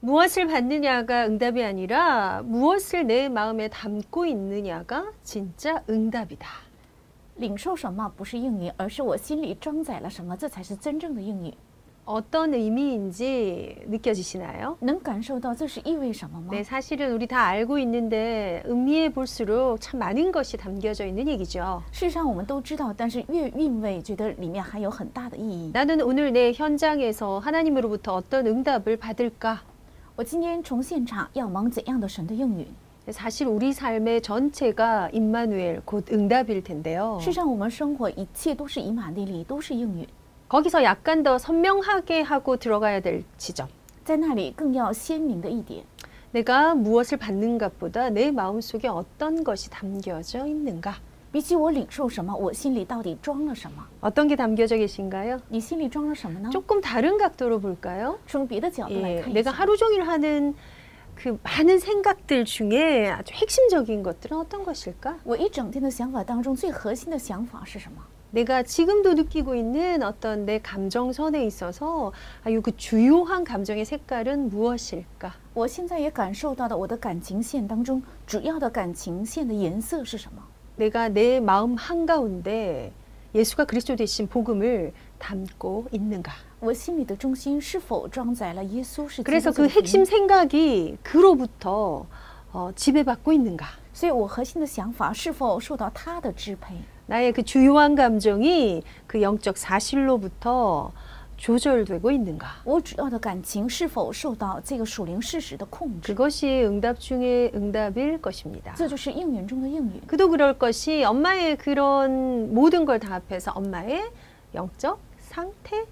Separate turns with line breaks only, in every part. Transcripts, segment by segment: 무엇을 받느냐가 응답이 아니라 무엇을 내 마음에 담고 있느냐가 진짜 응답이다.
领受什么不是应允，而是我心里装载了什么，这才是真正的应允。
어떤 의미인지 느껴지시나요?
能感受到这是意味什么吗？
네, 사실은 우리 다 알고 있는데 음미해 볼수록 참 많은 것이 담겨져 있는 얘기죠.
事实上我们都知道，但是越韵味，觉得里面还有很大的意义。
나는 오늘 내 현장에서 하나님으로부터 어떤 응답을 받을까?
我今天从现场要蒙怎样的神的应允？
사실 우리 삶의 전체가 임마누엘 곧 응답일 텐데요.
事实上，我们生活一切都是以马内利，都是应允。
거기서 약간 더 선명하게 하고 들어가야 될 지점.
在那里更要鲜明的一点，
내가 무엇을 받는 것보다 내 마음속에 어떤 것이 담겨져 있는가?
比起我领受什么，我心里到底装了什么？
어떤 게 담겨져 계신가요?
你心里装了什么呢？
조금 다른 각도로 볼까요?
从别的角度
예,
来看一
내가
下，
하루 종일 하는 그 많은 생각들 중에 아주 핵심적인 것들은 어떤 것일까?
我一整天的想法当中最核心的想法是什么？
내가 지금도 느끼고 있는 어떤 내 감정선에 있어서 아유 그 주요한 감정의 색깔은 무엇일까?
我现在也感受到的，我的感情线当中主要的感情线的颜色是什么？
내가 내 마음 한가운데 예수가 그리스도 되신 복음을 담고 있는가?
我心里的中心是否装载了耶稣是基督
그래서
这
그
个福音
핵심 생각이 그로부터 어, 지배받고 있는가?
所以我核心的想法是否受到他的支配？
나의 그 주요한 감정이 그 영적 사실로부터 조절되고 있는가?
我主要的感情是否受到这个属灵事实的控制？
그것이 응답 중에 응답일 것입니다.
这就是应允中的应允。
그도 그럴 것이 엄마의 그런 모든 걸 다 합해서 엄마의 영적 상태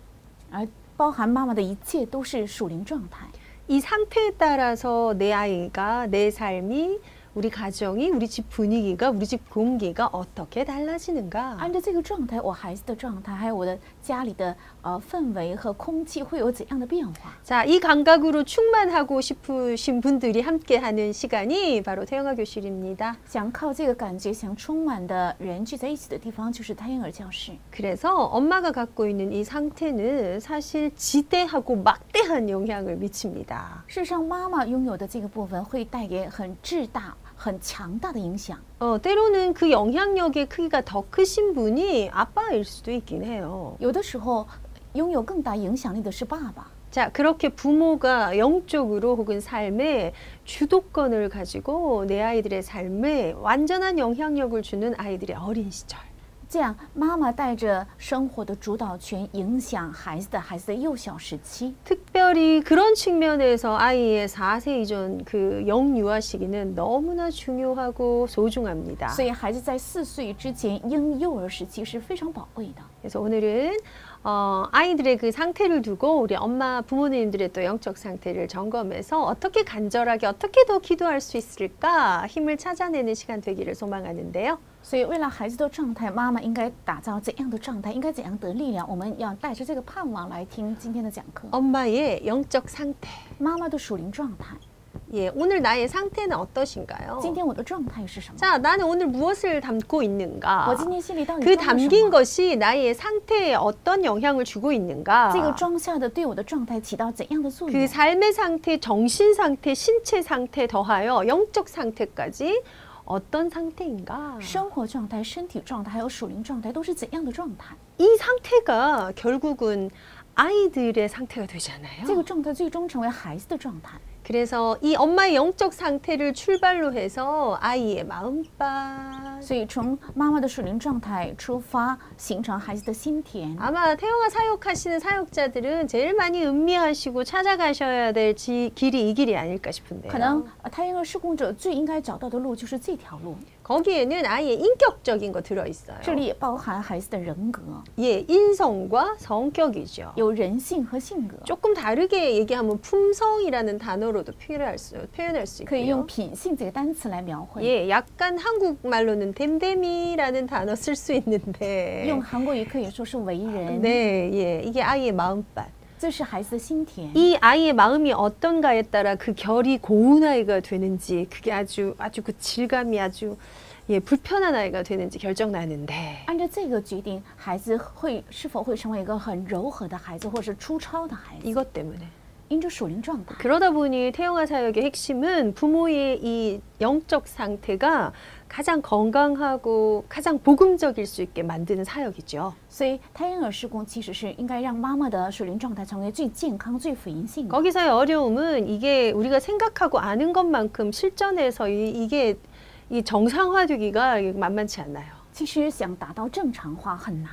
而包含妈妈的一切都是属灵状态。
이 상태에 따라서 내 아이가 내 삶이 우리 가정이 우리 집 분위기가 우리 집 공기가 어떻게 달라지는가
按照这个状态，我孩子的状态，还有我的家里的呃氛围和空气会有怎样的变化？
자, 이 감각으로 충만하고 싶으신 분들이 함께하는 시간이 바로 태영아 교실입니다.
想靠这个感觉，想充满的人聚在一起的地方就是胎婴儿教室。
그래서 엄마가 갖고 있는 이 상태는 사실 지대하고 막대한 영향을 미칩니다.
事实上，妈妈拥有的这个部分会带给很巨大、很强大的影响。
어, 때로는 그 영향력의 크기가 더 크신 분이 아빠일 수도 있긴 해요.
有的时候，拥有更大影响力的是爸爸。
자, 그렇게 부모가 영적으로 혹은 삶에 주도권을 가지고 내 아이들의 삶에 완전한 영향력을 주는 아이들의 어린 시절.
这样，妈妈带着生活的主导权影响孩子的孩子的幼小时期。
특별히 그런 측면에서 아이의 4세 이전 그 영유아 시기는 너무나 중요하고 소중합니다.
所以，孩子在四岁之前婴幼儿时期是非常宝贵的。
그래서 오늘은 어, 아이들의 그 상태를 두고 우리 엄마 부모님들의 또 영적 상태를 점검해서 어떻게 간절하게 어떻게 더 기도할 수 있을까 힘을 찾아내는 시간 되기를 소망하는데요.
所以，为了孩子的状态，妈妈应该打造怎样的状态？应该怎样得力量？我们要带着这个盼望来听今天的讲课。
엄마의 영적 상태.
妈妈的属灵状态，
예, 오늘 나의 상태는
今
어떠신가요?
天我的状态是什么？
자, 나는 오늘 무엇을 담고 있는가?
我今天心里到底
그
装了什
담긴
么？
것이 나의 상태에 어떤 영향을 주고 있는가?
这个装下的对我的状态起到怎样的作
그
用？
삶의 상태, 정신 상태, 신체 상태 더하여 영적 상태까지 어떤 상태인가?
生活状态、身体状态还有属灵状态都是怎样的状态？
이 상태가 결국은 아이들의 상태가
这个
되잖아요.
状态最终成为孩子的状态。
그래서 이 엄마의 영적 상태를 출발로 해서 아이의 마음밭.
所以从妈妈的属灵状态出发，形成孩子的心田。
아마 태영아 사역하시는 사역자들은 제일 많이 음미하시고 찾아가셔야 될 지- 길이 이 길이 아닐까
可能
싶은데요.
呃胎婴儿施工者最应该找到的路就是这条路，
거기에는 아이의 인격적인 거 들어 있어요.
这里也包含孩子的人格，
예, 인성과 성격이죠.
有人性和性格，
조금 다르게 얘기하면 품성이라는 단어로도 표현할 수, 표현할 수
可以
있고요.
用品性这个单词来描绘，
예, 약간 한국말로는 댐댐이라는 단어 쓸 수 있는데.
用韩国语可以说是为人，
네, 예, 이게 아이의 마음밭.
这是孩子的心田。
이 아이의 마음이 어떤가에 따라 그 결이 고운 아이가 되는지 그게 아주 아주 그 질감이 아주 예 불편한 아이가 되는지 결정 나는데
按照这个决定，孩子会是否会成为一个很柔和的孩子，或是粗糙的孩子，
이것 때문에
因因着属灵状态，
그러다 보니 태영아 사역의 핵심은 부모의 이 영적 상태가 가장 건강하고 가장 복음적일 수 있게 만드는 사역이죠.
所以胎婴儿施工其实是应该让妈妈的属灵状态成为最健康、最福音性的。
거기서의 어려움은 이게 우리가 생각하고 아는 것만큼 실전에서 이, 이게 이 정상화되기가 만만치 않아요.
其实想达到正常化很难，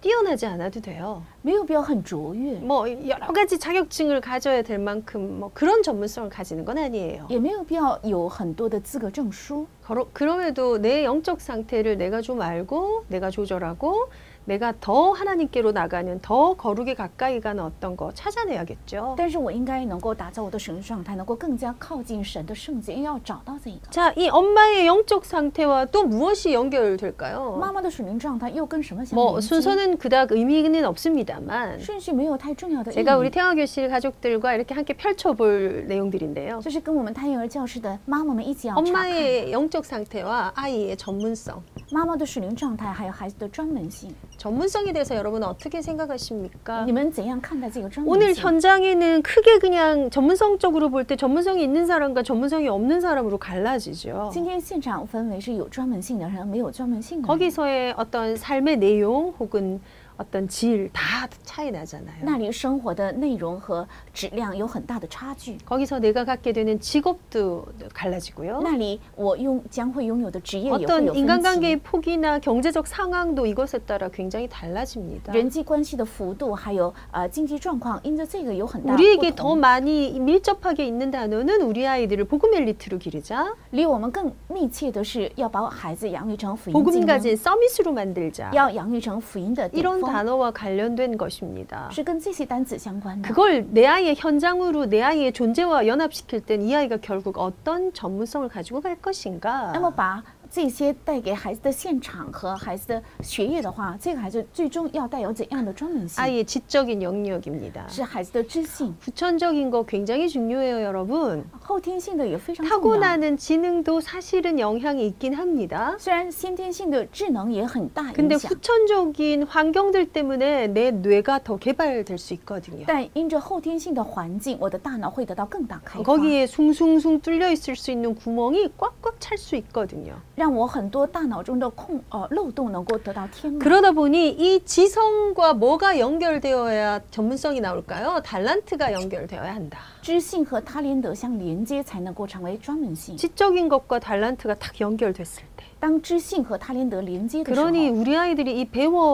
뛰어나지 않아도 돼요.
没有必要很卓越，
뭐 여러 가지 자격증을 가져야 될 만큼 뭐 그런 전문성을 가지는 건 아니에요.
也没有必要有很多的资格证书。
거로- 그럼에도 내 영적 상태를 내가 좀 알고 내가 조절하고 내가 더 하나님께로 나가는 더 거룩에 가까이 가는 어떤 거 찾아내야겠죠.
但是我应该能够打造我的属灵状态，能够更加靠近神的圣洁，要找到这一个。
자, 이 엄마의 영적 상태와 또 무엇이 연결될까요?
妈妈的属灵状态又跟什么相
뭐
连接？
순서는 그닥 의미는 없습니다만
顺序没有太重要的意
제가 우리
义。
태화 교실 가족들과 이렇게 함께 펼쳐볼 내용들인데요.
这是跟我们胎儿教室的妈妈们一
哦
起要查看
엄마의 영적 상태와 아이의 전문성.
妈妈的属灵状态，还有孩子的专门性。
전문성에 대해서 여러분 어떻게 생각하십니까?
你们怎样看待这个专
오늘
门性？
현장에는 크게 그냥 전문성적으로 볼 때 전문성이 있는 사람과 전문성이 없는 사람으로 갈라지죠.
今天现场分为是有专门性的人，没有专门性的人。
거기서의 어떤 삶의 내용 혹은 어떤 질 다 차이 나잖아요.
那里生活的内容和质量有很大的差距。
거기서 내가 갖게 되는 직업도 갈라지고요.
那里我拥将会拥有的职业也会有
어떤
分歧，
인간관계의 폭이나 경제적 상황도 이것에 따라 굉장히 달라집니다.
人际关系的幅度，还有呃经济状况，因着这个有很大的不
우리에게 더
同。
많이 밀접하게 있는 단어는 우리 아이들을 복음 엘리트로 기르자,
离我们更密切的是要把孩子养育成福音
복음
精英，
가진 서밋으로 만들자.
要养育成福音的顶
이런
峰，
단어와 관련된 것입니다.
是跟这些单词相关的。
그걸 내 아이의 현장으로 내 아이의 존재와 연합시킬 땐 이 아이가 결국 어떤 전문성을 가지고 갈
那么
것인가?
把这些带给孩子的现场和孩子的学业的话，这个孩子最终要带有怎样的专门性？
아이의 지적인 영역입니다.
是孩子的知性，
후천적인 거 굉장히 중요해요, 여러분.
后天性的也非常重要。
타고나는 지능도 사실은 영향이 있긴 합니다.
虽然先天性的智能也很大
근데
影响，
후천적인 환경들 때문에 내 뇌가 더 개발될 수 있거든요.
但因着后天性的环境，我的大脑会得到更大开发，
거기에 숭숭숭 뚫려 있을 수 있는 구멍이 꽉꽉 찰 수 있거든요.
让我很多大脑中的空呃漏洞能够得到填
음.
满。
그러다 보니 이 지성과 뭐가 연결되어야 전문성이 나올까요? 달란트가 연결되어야 한다.
知性和他连德相连接，才能够成为专门性。
지적인 것과 달란트가 딱 연결됐을 때.
当知性和他连德连接的时候，
그러니 우리 아이들이 이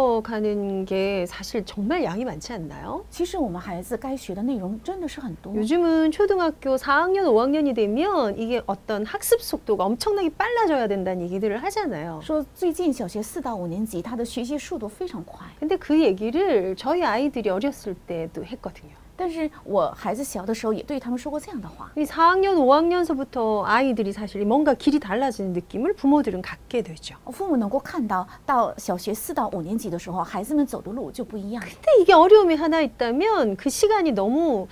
배워가는 게 사실 정말 양이 많지 않나요?
其实我们孩子该学的内容真的是很多。
요즘은 초등학교 4학년, 5학년이 되면 이게 어떤 학습 속도가 엄청나게 빨라져야 된다는 얘기들을 하잖아요.
说最近小学四到五年级，他的学习速度非常快，
근데 그 얘기를 저희 아이들이 어렸을 때도 했거든요.
但是我孩子小的时候也对他们说过这样的话。
이 4학년, 5학년서부터 아이들이 사실 뭔가 길이 달라지는 느낌을 부모들은 갖게 되죠.
父母能够看到，到小学四到五年级的时候，孩子们走的路就不一样。
근데 이게 어려움이 하나 있다면 그 시간이 너무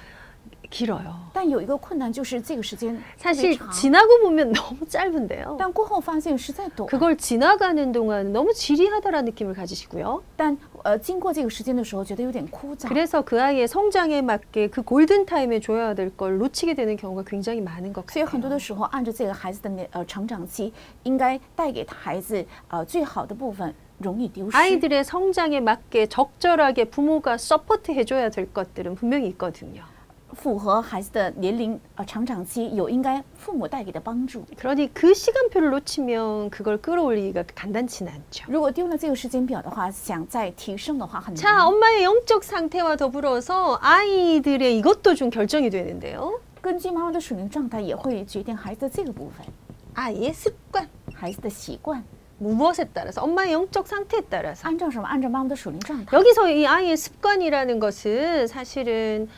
길어요.
但有一个困难就是这个时间非
사실
常，
지나고 보면 너무 짧은데요.
但过后发现实在短。
그걸 지나가는 동안 너무 지리하다라는 느낌을 가지시고요.
但呃，经过这个时间的时候，觉得有点枯燥。
그래서 그 아이의 성장에 맞게 그 골든 타임에 줘야 될 걸 놓치게 되는 경우가 굉장히 많은 것
所以很多
같아요.
的时候，按照这个孩子的年呃成长期，应该带给孩子呃最好的部分，容易丢失。
아이들의 성장에 맞게 적절하게 부모가 서포트 해줘야 될 것들은 분명히 있거든요.
符合孩子的年龄呃成长期，有应该父母带给的帮助。
그러니 그 시간표를 놓치면 그걸 끌어올리기가 간단치는 않죠.
如果丢了这个时间表的话，想再提升的话很难。
자, 엄마의 영적 상태와 더불어서 아이들의 이것도 좀 결정이 되는데요.
根据妈妈的属灵状态，也会决定孩子的这个部分，
아이의 습관,
孩子的习惯，
무엇에 따라서 엄마의 영적 상태에 따라서
按照什么？按照妈妈的属灵状态。
여기서 이 아이의 습관이라는 것은 사실은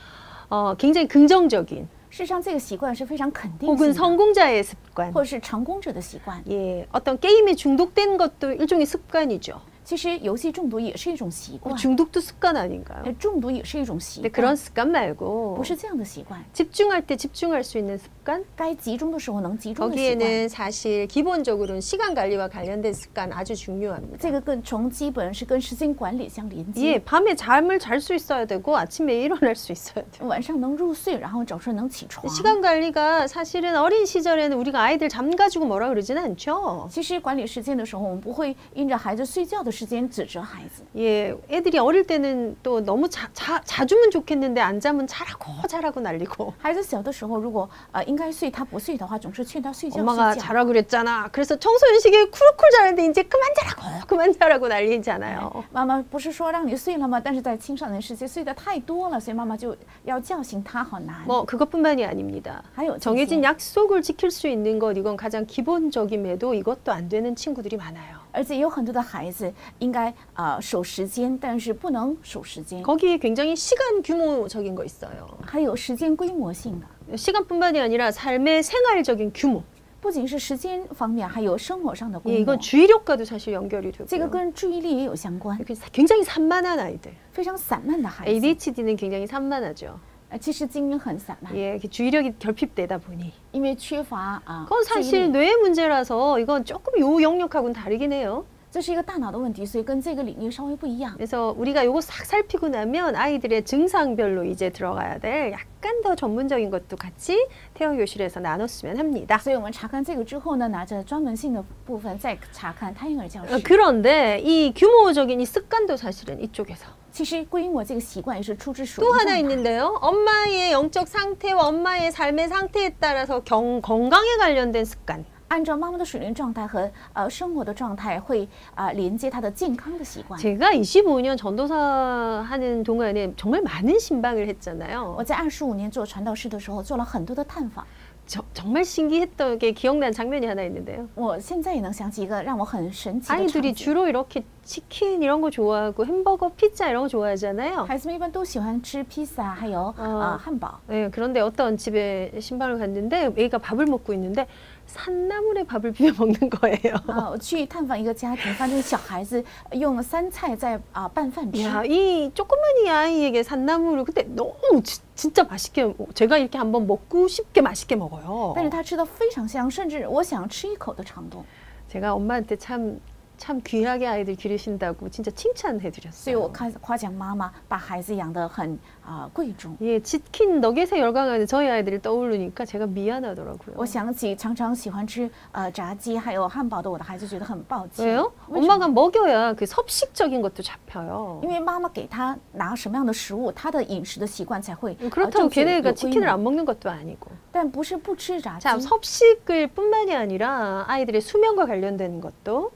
어, 굉장히 긍정적인
事实上，这个习惯是非常肯定
혹은
性的，
성공자의 습관,
或者是成功者的习惯。
예, 어떤 게임에 중독된 것도 일종의 습관이죠. 그
其实游戏中毒也是一种习惯，
중독도 습관 아닌가요?
呃中毒也是一种习
근데
惯
그런 ， 습관 말고
不是这样的习惯。
집중할 때 집중할 수 있는 습관. 습관
该集中的时候能集中的习惯。
거기에는 사실 기본적으로는 시간 관리와 관련된 습관 아주 중요합니다.
这个更从基本是跟时间管理相连
예,
接，
밤에 잠을 잘 수 있어야 되고 아침에 일어날 수 있어야 돼요.
晚上能入睡，然后早上能起床。
아. 시간 관리가 사실은 어린 시절에는 우리가 아이들 잠 가지고 뭐라 그러지는 않죠.
其实管理时间的时候，我们不会因着孩子睡觉的时间指责孩子。
예, 애들이 어릴 때는 또 너무 자, 자, 자주면 좋겠는데 안 자면 자라고 자라고 날리고
孩子小的时候，如果呃应该睡他不睡的话，总是劝他睡觉
엄마가
睡觉。
자라 그랬잖아. 그래서 청소년 시기에 쿨쿨 자는데 이제 그만 자라고 그만 자라고 난리잖아요.
哎妈妈不是说让你睡了吗？但是在青少年时期睡得太多了，所以妈妈就要叫醒他，好难。
뭐 그것뿐만이 아닙니다.
还有这
정해진
些，
약속을 지킬 수 있는 것 이건 가장 기본적임에도 이것도 안 되는 친구들이 많아요.
而且有很多的孩子应该呃守时间，但是不能守时间，
거기에 굉장히 시간 규모적인 거 있어요.
还有时间规模性的，
시간뿐만이 아니라 삶의 생활적인 규모.
不仅是时间方面，还有生活上的
예,
规模
이건 。 주의력과도 사실 연결이
这个
되고요.
跟注意力啊也有相关，
이렇게 사- 굉장히 산만한 아이들.
非常散漫的孩子，
ADHD는 굉장히 산만하죠.
呃，其实精英很散漫，
예, 이렇게 주의력이 결핍되다 보니.
因为缺乏啊，
그건
注意
사실
力
뇌의 문제라서 이건 조금 요 영역하고는 다르긴 해요.
这是一个大脑的问题，所以跟这个领域稍微不一样。
그래서 우리가 요거 싹 살피고 나면 아이들의 증상별로 이제 들어가야 될 약간 더 전문적인 것도 같이 태영 교실에서 나눴으면 합니다.
所以我们查看这个之后呢，拿着专门性的部分再查看胎儿教
어,
室。
그런데 이 규모적인 이 습관도 사실은 이쪽에서
其实归因我这个习惯也是出自属于
또
状
하나
态
있는데요. 엄마의 영적 상태와 엄마의 삶의 상태에 따라서 경- 건강에 관련된 습관.
按照妈妈的水灵状态和呃生活的状态会啊、呃连接她的健康的习惯。
제가 25년 전도사 하는 동안에 정말 많은 신방을
我
했잖아요.
在二十五年做传道师的时候，做了很多的探访。
저- 정말 신기했던 게 기억나는 장면이 하나 있는데요.
我现在也能想起一个让我很神奇的场
아이들이
景。
주로 이렇게 치킨 이런 거 좋아하고 햄버거, 피자 이런 거 좋아하잖아요.
孩子们一般都喜欢吃披萨，还有啊、呃
哦
汉堡。
네, 그런데 어떤 집에 신방을 갔는데 애가 밥을 먹고 있는데 산나물에 밥을 비벼 먹는 거예요.
啊，我去探访一个家庭，发现小孩子用三菜在啊、拌饭吃。
야, 이 조그만이 아이에게 산나물을 근데 너무 지- 진짜 맛있게 먹- 제가 이렇게 한번 먹고 싶게 맛있게 먹어요.
但是他吃的非常香，甚至我想吃一口的程度，
제가 엄마한테 참, 참 귀하게 아이들 기르신다고 진짜
所以我
칭찬해드렸어요.
夸夸奖妈妈把孩子养得很啊、贵重。
예, 치킨 너겟에 열광하는 저희 아이들을 떠오르니까 제가 미안하더라고요.
我想起常常喜欢吃呃炸鸡还有汉堡的我的孩子，觉得很抱歉。
왜요?
为什么
엄마가 먹여야 그 섭식적인 것도 잡혀요.
因为妈妈给他拿什么样的食物，他的饮食的习惯才会。
음, 아, 그렇다고
呃正确
걔네가
有规
치킨을
模
안 먹는 것도 아니고.
但不是不吃炸鸡
자 ， 섭식을 뿐만이 아니라 아이들의 수면과 관련된 것도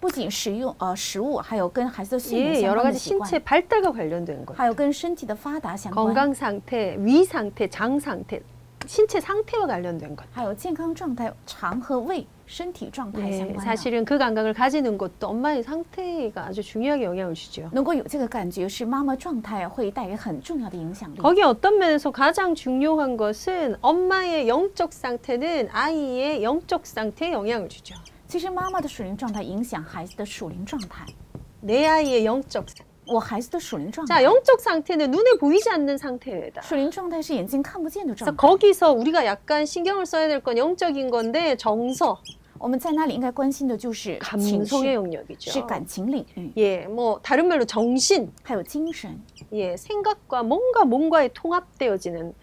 不仅食用呃食物，还有跟孩子的睡眠
예,
相
여러
关的
가지
习惯，
신체 발달과 관련된 것.
还有跟身体的发达相关，
건강 상태, 위 상태, 장 상태, 신체 상태와 관련된 것.
还有健康状态、肠和胃、身体状态相
예,
关的。
사실은 그 감각을 가지는 것도 엄마의 상태가 아주 중요하게 영향을 주죠.
能够有这个感觉，是妈妈状态会带给很重要的影响力。
거기 어떤 면에서 가장 중요한 것은 엄마의 영적 상태는 아이의 영적 상태에 영향을 주죠.
其实妈妈的属灵状态影响孩子的属灵状态，
내 아이의 영적 상태.
我孩子的属灵状态
자 ， 영적 상태는 눈에 보이지 않는 상태다.
属灵状态是眼睛看不见的
그래서
状态。
거기서 우리가 약간 신경을 써야 될 건 영적인 건데 정서,
我们在那里应该关心的就是情
감성의
绪，是
영역이죠.
感情领域，
예, 뭐 다른 말로 정신,
还有精神，
예, 생각과 뭔가 뭔가에 통합되어지는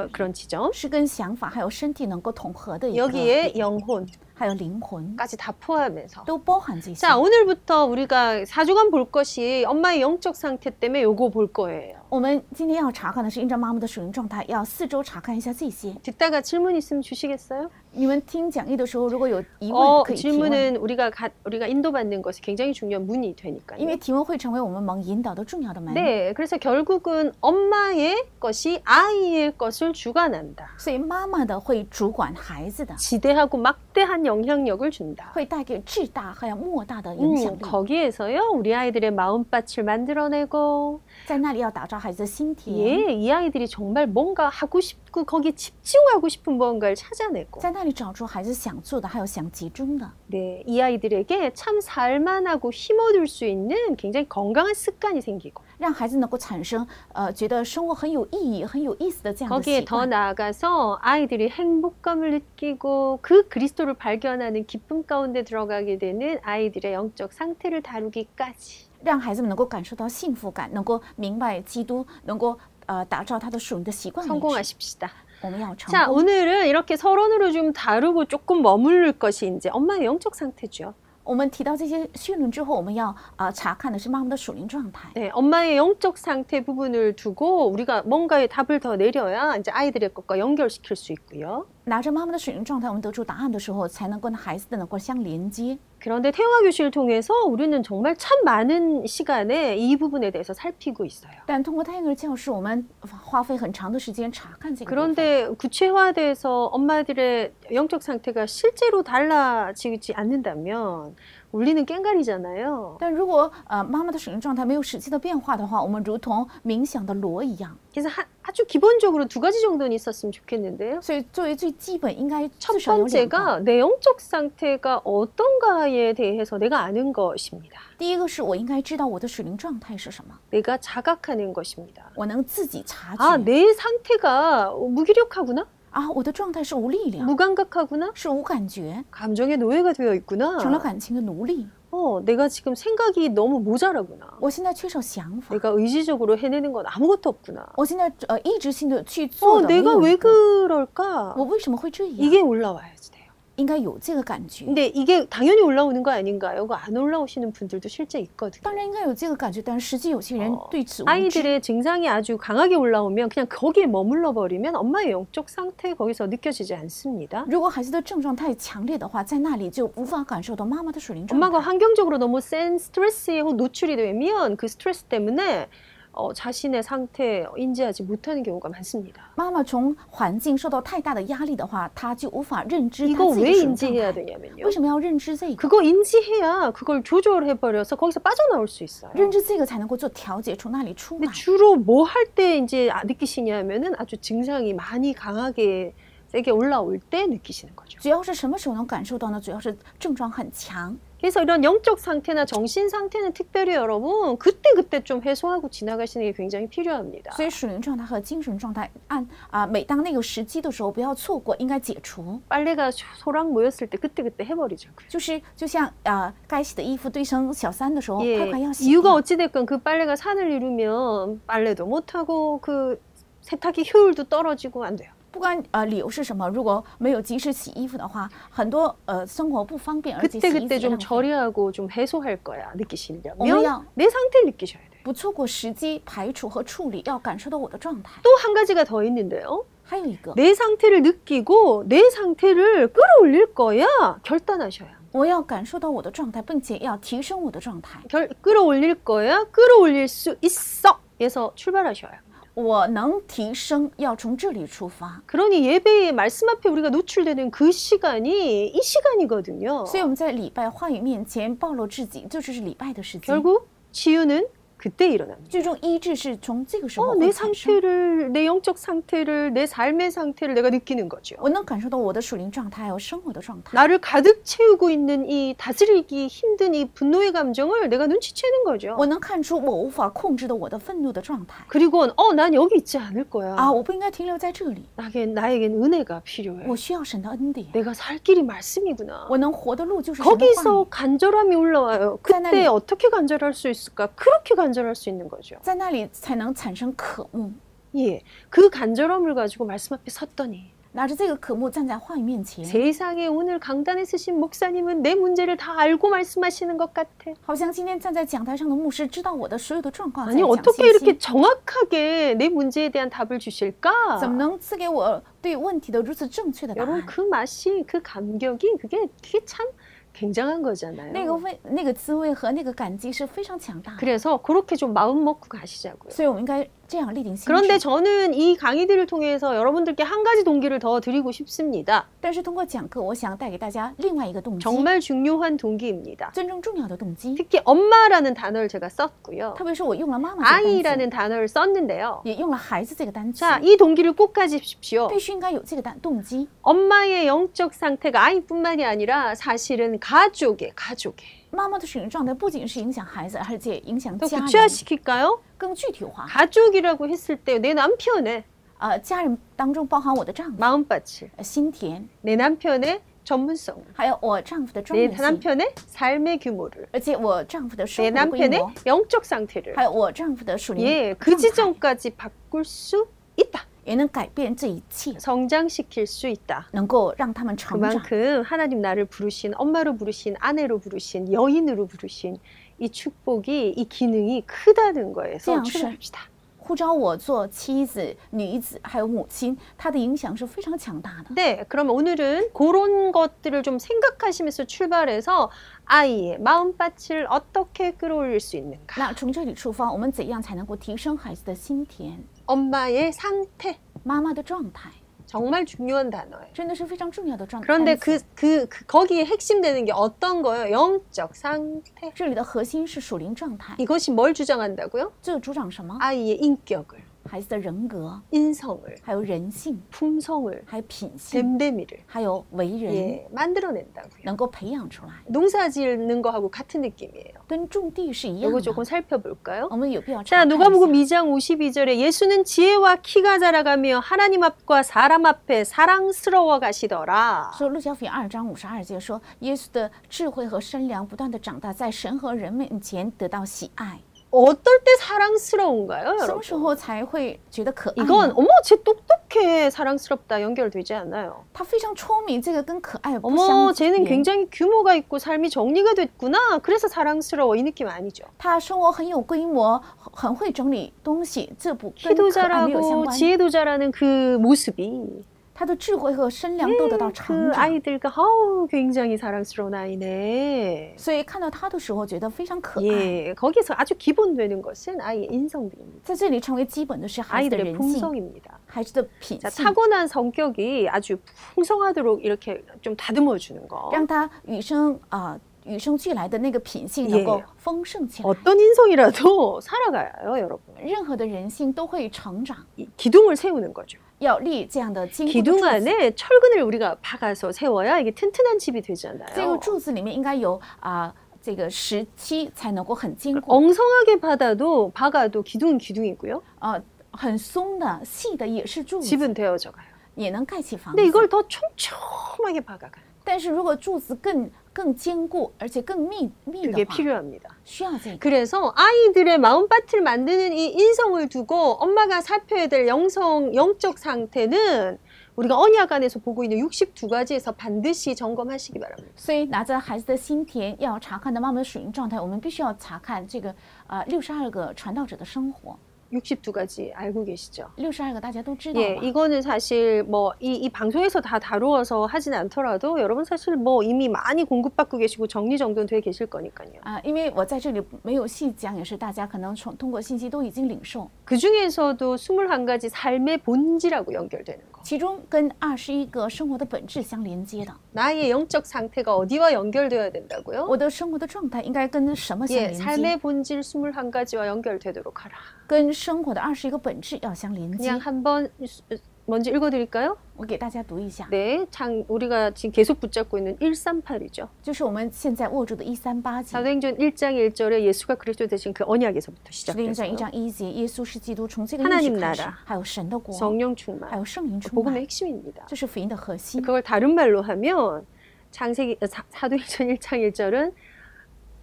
어, 그런 지점.
是跟想法还有身体能够统合的一个领
여기에
域，
영혼까지
还有灵魂
다 포함해서.
都包含这些。
자, 오늘부터 우리가 사주간볼 것이 엄마의 영적 상태 때문에 요거 볼 거예요.
我们今天要查看的是印照妈妈的属灵状态，要四周查看一下这些。
듣다가 질문 있으면 주시겠어요?
你们听讲义的时候，如果有疑问
어,
可以提问。
질문은 우리가 가, 우리가 인도받는 것이 굉장히 중요한 문이 되니까요.
因为提问会成为我们蒙引导的重要的门。
네, 그래서 결국은 엄마의 것이 아이의 것을 주관한다.
所以妈妈的会主管孩子的，
지대하고 막대한 영향력을 준다.
会带给至大还有莫大的影响
음,
力。
거기에서요 우리 아이들의 마음밭을 만들어내고
在那里要打造孩子的心田，
예, 이 아이들이 정말 뭔가 하고 싶고 거기에 집중하고 싶은 무언가를 찾아내고
在那那里找出孩子想做的，还有想集中的。
네, 이 아이들에게 참 살만하고 힘얻을 수 있는 굉장히 건강한 습관이 생기고
让孩子能够产生呃觉得生活很有意义、很有意思的这样的
거기에
习
더
惯。
나아가서 아이들이 행복감을 느끼고 그 그리스도를 발견하는 기쁨 가운데 들어가게 되는 아이들의 영적 상태를 다루기까지
让孩子们能够感受到幸福感，能够明白基督，能够呃打造他的属灵的习惯为止。
성공하십시다.
我们要成
자
功。
오늘은 이렇게 서론으로 좀 다루고 조금 머무를 것이 이제 엄마의 영적 상태죠.
我们提到这些训论之后，我们要啊、呃查看的是妈妈的属灵状态。
네, 엄마의 영적 상태 부분을 두고 우리가 뭔가의 답을 더 내려야 이제 아이들의 것과 연결시킬 수 있고요.
拿着妈妈的属灵状态，我们得出答案的时候，才能跟孩子的能够相连接。
그런데 태영아 교실을 통해서 우리는 정말 참 많은 시간에 이 부분에 대해서 살피고 있어요.
但通过胎儿教室，我们花费很长的时间查看这个部分。
그런데 구체화돼서 엄마들의 영적 상태가 실제로 달라지지 않는다면 울리는 깽가리잖아요.
但如果呃妈妈的属灵状态没有实际的变化的话，我们如同冥想的螺一样。
그래서 하- 아주 기본적으로 두 가지 정도는 있었으면 좋겠는데요.
所以作为最基本，应该
첫
至少有两个。
번째가 내 영적 상태가 어떤가에 대해서 내가 아는 것입니다.
第一个是我应该知道我的属灵状态是什么，
내가 자각하는 것입니다.
我能自己察觉。
아, 내 상태가 무기력하구나?
啊我的状态是无力量，
무감각하구나?
是无感觉，
감정의 노예가 되어 있구나?
成了感情的奴隶。
어, 내가 지금 생각이 너무 모자라구나.
我现在缺少想法，
내가 의지적으로 해내는 건 아무것도 없구나.
我现在呃一直性的去
어,
做的没
내가
有
왜
一哦个，
그럴까?
我为什么会这样？
이게 올라와야지 돼요.
应该有这个感觉。
근데 이게 당연히 올라오는 거 아닌가요? 이거 안 올라오시는 분들도 실제 있거든요.
当然应该有这个感觉，但是实际有些人
哦
对此无知。
아이들의 증상이 아주 강하게 올라오면 그냥 거기에 머물러 버리면 엄마의 영적 상태 거기서 느껴지지 않습니다.
如果孩子的症状太强烈的话，在那里就无法感受到妈妈的属灵状
엄마가
态。
환경적으로 너무 센 스트레스에 혹 노출이 되면 그 스트레스 때문에 어, 자신의 상태 인지하지 못하는 경우가 많습니다.
妈妈从环境受到太大的压力的话，她就无法认知她
이거
自己
왜
的属灵状
인지해야
态。
되냐면요.
为什么要认知这个？
그거 인지해야 그걸 조절해 버려서 거기서 빠져나올 수 있어요.
认知这个才能够做调节，从那里出来
근데 。 주로 뭐 할 때 이제 아- 느끼시냐면은 아주 증상이 많이 강하게 세게 올라올 때 느끼시는 거죠.
主要是什么时候能感受到呢？主要是症状很强。
그래서 이런 영적 상태나 정신 상태는 특별히 여러분 그때 그때 좀 해소하고 지나가시는 게 굉장히 필요합니다.
所以属灵状态和精神状态，按啊、每当那个时机的时候，不要错过，应该解除。
빨래가 소- 소랑 모였을 때 그때 그때 해버리자고요.
就是就像啊、该洗的衣服堆成小三的时候，
예,
快快要洗。
이유가 어찌됐건 그 빨래가 산을 이루면 빨래도 못하고 그 세탁기 효율도 떨어지고 안 돼요.
不管啊、理由是什么，如果没有及时洗衣服的话，很多呃生活不方便，而且洗
그때
衣服
그때
也
좀
浪费。
처리하고 좀 해소할 거야
어머야.
느끼시려면 내 상태를 느끼셔야 돼요.
不错过时机，排除和处理，要感受到我的状态。
또 한 가지가 더 있는데요.
还有一个，
내 상태를 느끼고 내 상태를 끌어올릴 거야 결단하셔야. 합니다.
我要感受到我的状态，并且要提升我的状态。
결, 끌어올릴 거야 끌어올릴 수 있어. 에서 출발하셔야. 합니다.
我能提升，要从这里出发。
그러니 예배의 말씀 앞에 우리가 노출되는 그 시간이 이 시간이거든요.
所以我们在礼拜话语面前暴露自己，这就是礼拜的时机。
결국 치유는 그때 일어납니다.
最终医治是从这个时候
어, 내
会产生。
상태를 내 영적 상태를 내 삶의 상태를 내가 느끼는 거죠.
我能感受到我的属灵状态，还有生活的状态。
나를 가득 채우고 있는 이 다스리기 힘든 이 분노의 감정을 내가 눈치채는 거죠.
我能看出我无法控制的我的愤怒的状态
그리고 어, 난 여기 있지 않을 거야.
啊！我不应该停留在这里，
나게 나에겐 은혜가 필요해.
我需要神的恩典。
내가 살 길이 말씀이구나.
我能活的路就是神的话
거기서
语，
간절함이 올라와요. 그때
하나님.
어떻게 간절할 수 있을까? 그렇게 간절할 수 있는 거죠.
在那里才能产生渴慕。
예, 그 간절함을 가지고 말씀 앞에 섰더니
拿着这个渴慕站在话语面前，
세상에 오늘 강단에 쓰신 목사님은 내 문제를 다 알고 말씀하시는 것 같아.
好像今天站在讲台上的牧师知道我的所有的状况，在
아니
讲
어떻게
信
이렇게
息。
정확하게 내 문제에 대한 답을
怎么
주실까?
能赐给我对问题的如此正确的答
여러분
案？
그 맛이 그 감격이 그게 그게 참 굉장한
那个
거잖아요.
味、那个滋味和那个感激是非常强大的。
그래서 그렇게 좀 마음 먹고 가시자고요.
所以我们应该这样立定心
그런데
智。
저는 이 강의들을 통해서 여러분들께 한 가지 동기를 더 드리고 싶습니다.
但是通过讲课，我想带给大家另外一个动机，
정말 중요한 동기입니다.
真正重要的动机。
특히 엄마라는 단어를 제가 썼고요.
特别是我用了妈妈这个单词，
아이라는 단어를 썼는데요.
也用了孩子这个单词，
자, 이 동기를 꼭 가지십시오.
必须应该有这个单动机。
엄마의 영적 상태가 아이뿐만이 아니라 사실은 가족의 가족의
妈妈的使用状态不仅是影响孩子，而且影响
더
家人，
구체화시킬까요?
更具体化。
가족이라고 했을 때 내 남편의
呃，家人当中包含我的丈夫、
마음밭을,
呃心田，
내 남편의 전문성,
还有我丈夫的专
내
业性，
남편의 삶의 규모를,
而且我丈夫的生
내
活的规
남편의
模，
영적 상태를
还有我丈夫的属灵
예,
状
그
态
지점까지 바꿀 수 있다.
也能改变这一切，
성장시킬 수 있다.
能够让他们成长。
그만큼 하나님 나를 부르신 엄마로 부르신 아내로 부르신 여인으로 부르신 이 축복이 이 기능이 크다는 거에서
그냥
출발합시다.
呼召我做妻子、女子，还有母亲，它的影响是非常强大的。
네, 그럼 오늘은 그런 것들을 좀 생각하시면서 출발해서 아이의 마음밭을 어떻게 끌어올릴 수 있는가?
那从这里出发，我们怎样才能够提升孩子的心田？
엄마의 상태
妈妈的状态
정말 중요한 단어예요.
真的是非常重要的状态。
그런데
单词
그, 그, 그 거기에 핵심되는 게 어떤 거예요? 영적 상태.
这里的核心是属灵状态，
이것이 뭘 주장한다고요?
这主掌什么？
아이의 인격을,
孩子的人格，
인성을,
还有人性，
품성을,
还有品性，
댐댐이를
还有为人，
예, 만들어낸다고요.
能够培养出来，
농사 짓는 거하고 같은 느낌이에요.
跟种地是一样
이거 조금
的。
살펴볼까요?
我们有必要查
자
看一下
누가복음 2장 52절에 예수는 지혜와 키가 자라가며 하나님 앞과 사람 앞에 사랑스러워 가시더라.
说《路加福音》二章五十二节说，耶稣的智慧和身量不断的长大，在神和人面前得到喜爱。
어떨 때 사랑스러운가요,
什么时
여러분?
候才会觉得可爱呢？
이건 어머 쟤 똑똑해 사랑스럽다 연결되지 않아요.
他非常聪明，这个跟可爱不
어머 그 예.
相
쟤는
连。
굉장히 규모가 있고 삶이 정리가 됐구나. 그래서 사랑스러워 이 느낌 아니죠.
他生活很有规模，很很会整理东西，这不跟
키도
可爱没有相
자라고
关。
지혜도 자라는 그 모습이
他的智慧和身量都得到成
그
长，
아이들과 어우 굉장히 사랑스러운 아이네.
所以看到他的时候觉得非常可爱。
예, 거기서 아주 기본되는 것은 아이의 인성들입니다.
在这里成为基本的是孩子的
아이들의
人性，
품성입니다.
孩子的品
자
性，
타고난 성격이 아주 풍성하도록 이렇게 좀 다듬어 주는 거.
让他与生啊、与生俱来的那个品性
예
能够丰盛起来。
어떤 인성이라도 살아가요, 여러분.
任何的人性都会成长，
이 기둥을 세우는 거죠.
要立这样的坚固的柱
기둥
子。
안에 철근을 우리가 박아서 세워야 이게 튼튼한 집이
这个
되잖아요.
柱子里面应该有啊、这个石漆才能够很坚
哦
固，
엉성하게 받아도 박아도 기둥은 기둥이고요.
呃，很松的、细的也是柱子，
집은 되어져 가요.
也能盖起房
근데
子。
이걸 더 촘촘하게 박아가.
但是如果柱子更更坚固，而且更密密
이게
的话，
필요합니다.
需要这个。
그래서 아이들의 마음밭을 만드는 이 인성을 두고 엄마가 살펴야 될 영성, 영적 상태는 우리가 언약 안에서 보고 있는 62가지에서 반드시 점검하시기 바랍니다.
所以拿着孩子的心田要查看的妈妈的属灵状态，我们必须要查看这个啊六十二个传道者的生活。
62가지 알고 계시죠?
六十二个大家都知道
예,
吧？
이거는 사실 뭐 이 이 방송에서 다 다루어서 하진 않더라도 여러분 사실 뭐 이미 많이 공급받고 계시고 정리정돈 되어 계실 거니까요.
啊，因为我在这里没有细讲，也是大家可能从通过信息都已经领受。
그 중에서도 21가지 삶의 본질하고 연결되는 거.
其中跟二十一个生活的本质相连接的，
나의 영적 상태가 어디와 연결되어야 된다고요?
我的生活的状态应该跟什么相
예,
连接？
삶의 본질 21가지와 연결되도록 하라.
跟生活的二十一个本质要相连
그냥
接。
한번 수- 먼저 읽어 드릴까요?
我给大家读一下，
네. 장 우리가 지금 계속 붙잡고 있는 138이죠.
就是我们现在握住的一三八节，
사도행전 1장 1절에 예수가 그리스도 되신 그 언약에서부터
另一章一
시작돼서
章一节，耶稣是基督，从这个
하나
认
님
识开始
나라 ，
还有神的国，
성령
还
충만.
有圣灵充
복음의
满，
핵심입니다.
这是福音的核心。
그걸 다른 말로 하면 창세기 사- 사도행전 1장 1절은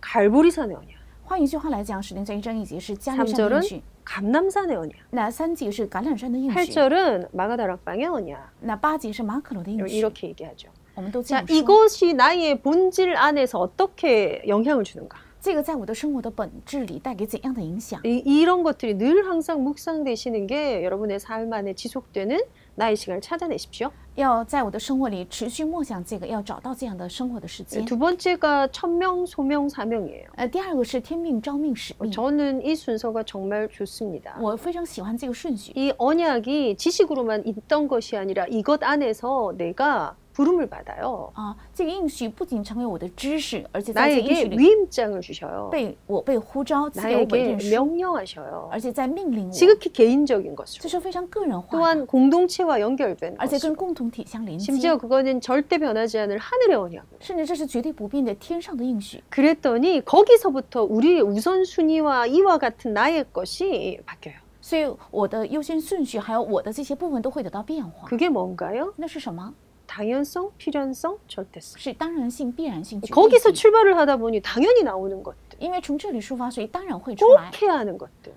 갈보리산의 언약,
换一句话来讲，使命在一章一节是加利山的应
3절은
许，
감남산의 언약,
那三节是橄榄山的应许，
8절은 마가다락방의 언약.
那八节是马可罗的应许，
이렇게 얘기하죠.
我们都这
자
样说。
이것이 나의 본질 안에서 어떻게 영향을 주는가?
这这个在我的生活的本质里带给怎样的影响？
이, 이런 것들이 늘 항상 묵상되시는 게 여러분의 삶 안에 지속되는 나의 시간을 찾아내십시오.
要在我的生活里持续默想这个，要找到这样的生活的时间。
두 번째가 천명, 소명, 사명이에요.
呃，第二个是天命、招命、
음.
使命，
저는 이 순서가 정말 좋습니다.
我非常喜欢这个顺序。
이 언약이 지식으로만 있던 것이 아니라 이것 안에서 내가 부름을 받아요.
啊，这个应许不仅成为我的知识，
네,
而且在这个应许
나에게
里
위임장을 주셔요.
被我被呼召，赐给我委
나에게
任书，
명령하셔요.
而且在命令我，
지극히 개인적인 것으로.
这是非常个人化的，
또한 공동체와 연결된
而且跟
것으로.
共同体相连接，
심지어 그거는 절대 변하지 않을 하늘의 언약으로.
甚至这是绝对不变的天上的应许。
그랬더니 거기서부터 우리의 우선순위와 이와 같은 나의 것이 바뀌어요.
所以我的优先顺序还有我的这些部分都会得到变化。
그게 뭔가요?
那是什么？
당연성, 필연성, 절대성.
是当然性、必然性、决定
거기서
性。
출발을 하다 보니 당연히 나오는 것들,
因为从这里出发，所以当然会出
꼭
来。
해야 하는 것들,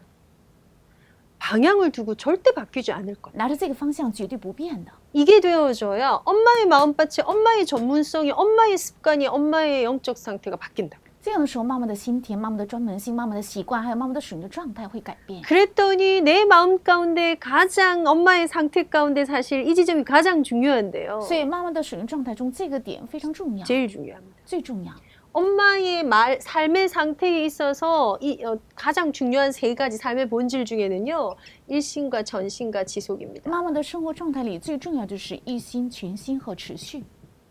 방향을 두고 절대 바뀌지 않을 것.
拿着这个方向绝对不变的，
이게 되어져야 엄마의 마음밭이 엄마의 전문성이 엄마의 습관이 엄마의 영적 상태가 바뀐다.
这样的时候，妈妈的心田、妈妈的专门性、妈妈的习惯，还有妈妈的使用的状态会改变。
그랬더니 내 마음 가운데 가장 엄마의 상태 가운데 사실 이 지점이 가장 중요한데요.
所以，妈妈的使用状态中，这个点非常重要，
제일 중요합니다.
最重要。
엄마의 말, 삶의 상태에 있어서 이 어, 가장 중요한 세 가지 삶의 본질 중에는요 일신과 전신과 지속입니다.
妈妈的生活状态里最重要就是一心、全心和持续。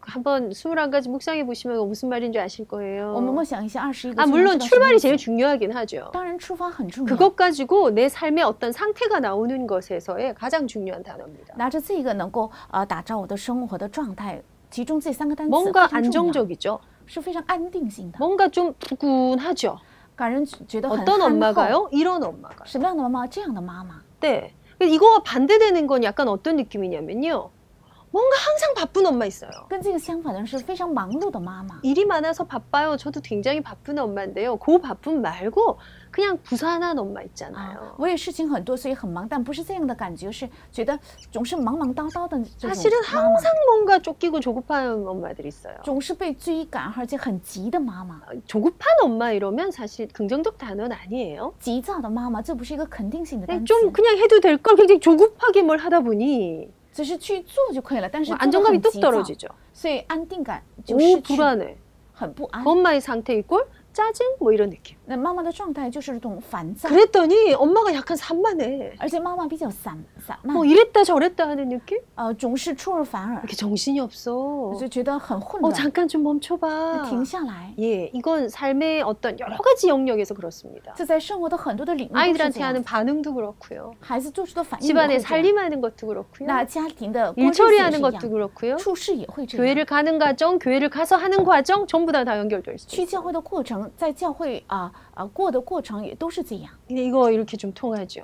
한번 21가지 묵상해 보시면 무슨 말인지 아실
我们
거예요.
默想一下二十一个
아
经文知
물론
道什么
출발이
意思
제일 중요하긴 하죠. 음.
当然出发很重要。
그것 가지고 내 삶의 어떤 상태가 나오는 것에서의 가장 중요한 단어입니다.
拿着这个能够呃打造我的生活的状态，其中这三个单词
뭔가
非常重要
안정적이죠.
是非常安定性的，
뭔가 좀 두근하죠.
感人觉得很
어떤
憨厚
엄마가요? 이런 엄마가.
什么样的妈妈？这样的妈妈，
네. 근데 이거와 반대되는 건 약간 어떤 느낌이냐면요. 뭔가 항상 바쁜 엄마 있어요.
跟这个相反的是非常忙碌的妈妈。
일이 많아서 바빠요. 저도 굉장히 바쁜 엄마인데요. 그 바쁨 말고 그냥 부산한 엄마
啊
있잖아요. ，
我也事情很多，所以很忙，但不是这样的感觉，是觉得总是忙忙叨叨的这
사실은
种妈妈，
뭔가 쫓기고 조급한 엄마들이 있어요.
总是被追赶，而且很急的妈妈，
조급한 엄마 이러면 사실 긍정적 단어는 아니에요.
急躁的妈妈，这不是一个肯定性的单词，
좀 그냥 해도 될 걸 굉장히 조급하게 뭘 하다 보니
只是去做啊就可以了，但是
뭐
做得
안정감이
很
뚝
急躁，
떨어지죠.
所以安定感就
오
失去，
불안해.
很不安
그 。 엄마의 상태이꼴 짜증 뭐 이런 느낌.
那妈妈的状态就是这种烦躁，
그랬더니 엄마가 약간 산만해.
而且妈妈比较散散漫
뭐 ， 이랬다 저랬다 하는 느낌?
呃，总哦是哦出尔反尔，
이렇게 정신이 없어.
就觉得很混
어
乱，
잠깐 좀
就
멈춰봐.
停下来。
예, 이건 삶의 어떤 여러 가지 영역에서 그렇습니다.
这在生活的很多的领域都是这
아이들한테
样
하는
的。
반응도 그렇고요.
孩子做出的反应也会
집안에
这样。
살림하는 것도 그렇고요.
那家庭的
일
关系也是
처리하는
一
것도
样，
그렇고요.
处事也会这样。
교회를 가는 과정, 교회를 가서 하는 과정 전부 다 다 연결될 수
去
있어요.
教会的过程，在教会啊啊过的过程也都是这样，
근데 이거 이렇게 좀 통하죠.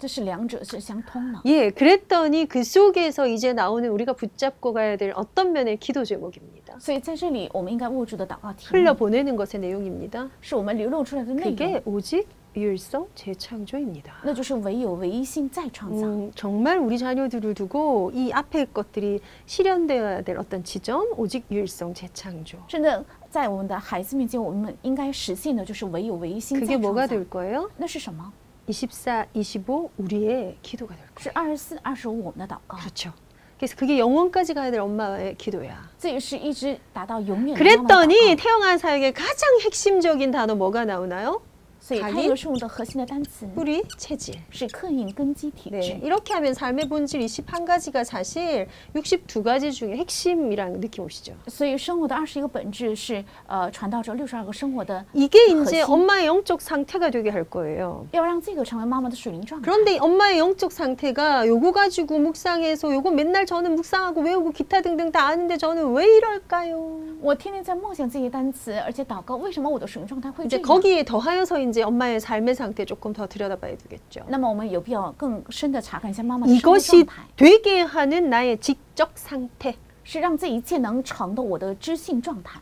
这是两者是相通的。
예, 그랬더니 그 속에서 이제 나오는 우리가 붙잡고 가야 될 어떤 면의 기도 제목입니다.
所以在这里，我们应该握住的祷告题目
흘려 보내는 것의 내용입니다.
是我们流露出来的内容，
그게 오직 유일성 재창조입니다.
那就是唯有唯一性再创造。
음, 정말 우리 자녀들을 두고 이 앞에 것들이 실현되어야 될 어떤 지점 오직 유일성 재창조.
真的，在我们的孩子面前，我们应该实现的就是唯有唯一性再
그게
创
뭐가
造。
될 거예요?
那是什么？
24, 25 우리의 기도가 될
是
거예요.
二十四、二十五我们的祷告，
그렇죠. 그래서 그게 영원까지 가야 될 엄마의 기도야.
这也是一直达到永远的妈妈的
그랬더니
祷告。
네, 태영아 사역의 가장 핵심적인 단어 뭐가 나오나요?
所以它
자기
一个是我们的核心的单词，
뿌리 체질.
是刻印根基体
네,
质。
이렇게 하면 삶의 본질 21가지가 사실 62가지 중에 핵심이라는 느낌 오시죠?
所以生活的二十一个本质是呃传道者六十二个生活的
이게 이제
거짓.
엄마의 영적 상태가 되게 할 거예요.
要让这个成为妈妈的水灵状态。
그런데 엄마의 영적 상태가 요거 가지고 묵상해서 요거 맨날 저는 묵상하고 외우고 기타 등등 다 아는데 저는 왜 이럴까요?
我天天在梦想这些单词，而且祷告，为什么我的水灵状态会这
이제
样？
거기에 더하여서 이제 엄마의 삶의 상태 조금 더 들여다봐야 되겠죠.
那么我们有必要更深的查看一下妈妈的生活
이것이
状态，
되게 하는 나의 직적 상태.
是让这一切能成的我的知性状态，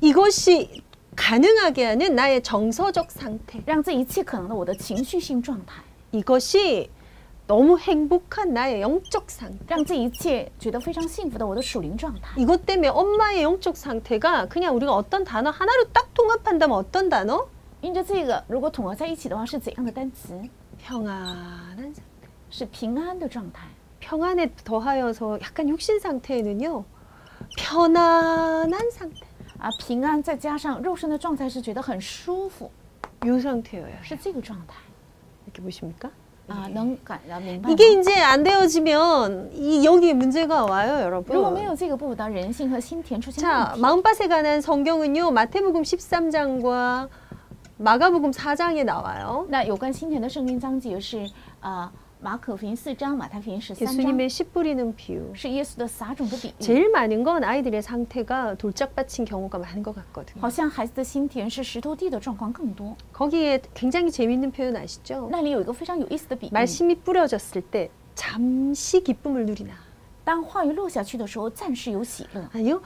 이것이 가능하게 하는 나의 정서적 상태.
让这一切可能的我的情绪性状态，
이것이 너무 행복한 나의 영적 상태.
让这一切觉得非常幸福的我的属灵状态。
이것 때문에 엄마의 영적 상태가 그냥 우리가 어떤 단어 하나로 딱 통합한다면 어떤 단어?
因着这个，如果统合在一起的话，是怎样的单词？
평안한 상-
是平安的状态。
평안에 더하여서 약간 육신 상태에는요. 편안한 상태.
啊，平安再加上肉身的状态是觉得很舒服，
요 상태예요.
是这个状态
이렇게 보십니까?
啊，
嗯
能感到明白吗。
이게 이제 안 되어지면 이 여기에 문제가 와요,
如果没
여러분.
有这个不当人性和心田出现问
자,
题，
마음밭에 관한 성경은요. 마태복음 13장과 마가복음 4장에 나와요.
那有关心田的圣经章节是啊，马可福音四章、马太福音十三章，
예수님의 씨 뿌리는 비유.
是耶稣的撒种的比喻。
제일 많은 건 아이들의 상태가 돌짝받친 경우가 많은 것 같거든요.
好像孩子的心田是石头地的状况更多。
거기에 굉장히 재밌는 표현 아시죠?
那里有一个非常有意思的比喻，
말씀이 뿌려졌을 때 잠시 기쁨을 누리나.
当话语落下去的时候，暂时有喜乐；
아니요.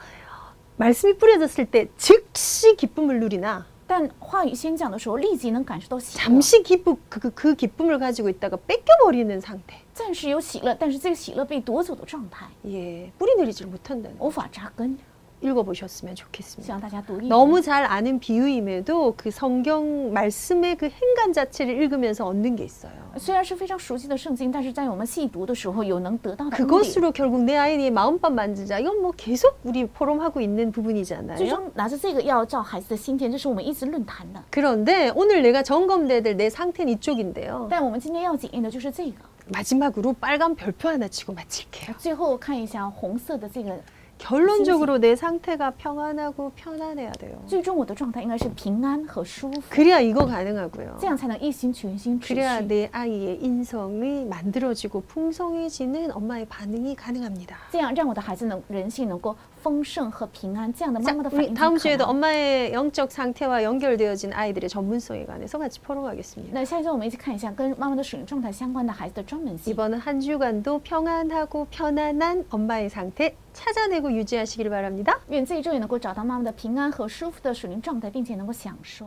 말씀이 뿌려졌을 때 즉시 기쁨을 누리나.
但话语宣讲的时候，立即能感受到喜乐。
잠시 기쁨 그, 그, 그 기쁨을 가지고 있다가 뺏겨버리는 상태.
暂时有喜乐，但是这个喜乐被夺走的状态，
예, 뿌리 내리지를 못한다는.
无法扎根。
읽어보셨으면
希
좋겠습니다.
望大家读一读
너무 잘 아는 비유임에도 그 성경 말씀의 그 행간 자체를 읽으면서 얻는 게 있어요.
虽然是非常熟悉的圣经，但是在我们细读的时候，有能得到的恩典。
그것으로 결국 내 아이의 마음밥 만지자. 이건 뭐 계속 우리 포럼하고 있는
最
부분이잖아요.
终拿着这个要照孩子的心田，这是我们一直论坛的。
그런데 오늘 내가 점검돼야 될 내 상태는 이쪽인데요.
但我们今天要检验的就是这个。
마지막으로 빨간 별표 하나 치고 마칠게요.
最后看一下红色的这个，
결론적으로 내 상태가 평안하고 편안해야 돼요.
最终我的状态应该是平安和舒服，
그래야 이거 가능하고요.
这样才能一心全心持
그래야
续。
내 아이의 인성이 만들어지고 풍성해지는 엄마의 반응이 가능합니다.
这样让我的孩子能人性能够丰盛和平安，这样的妈
자,
妈的反
우리
应
다음
才
주에도
可能
엄마의 영적 상태와 연결되어진 아이들의 전문성에 관해서 같이 포럼하겠습니다.
那下一周我们一起看一下跟妈妈的使用状态相关的孩子的专门性。
이번은 한 주간도 평안하고 편안한 엄마의 상태 찾아내고 유지하시길 바랍니다.
愿这一周也能够找到妈妈的平安和舒服的属灵状态，并且能够享受。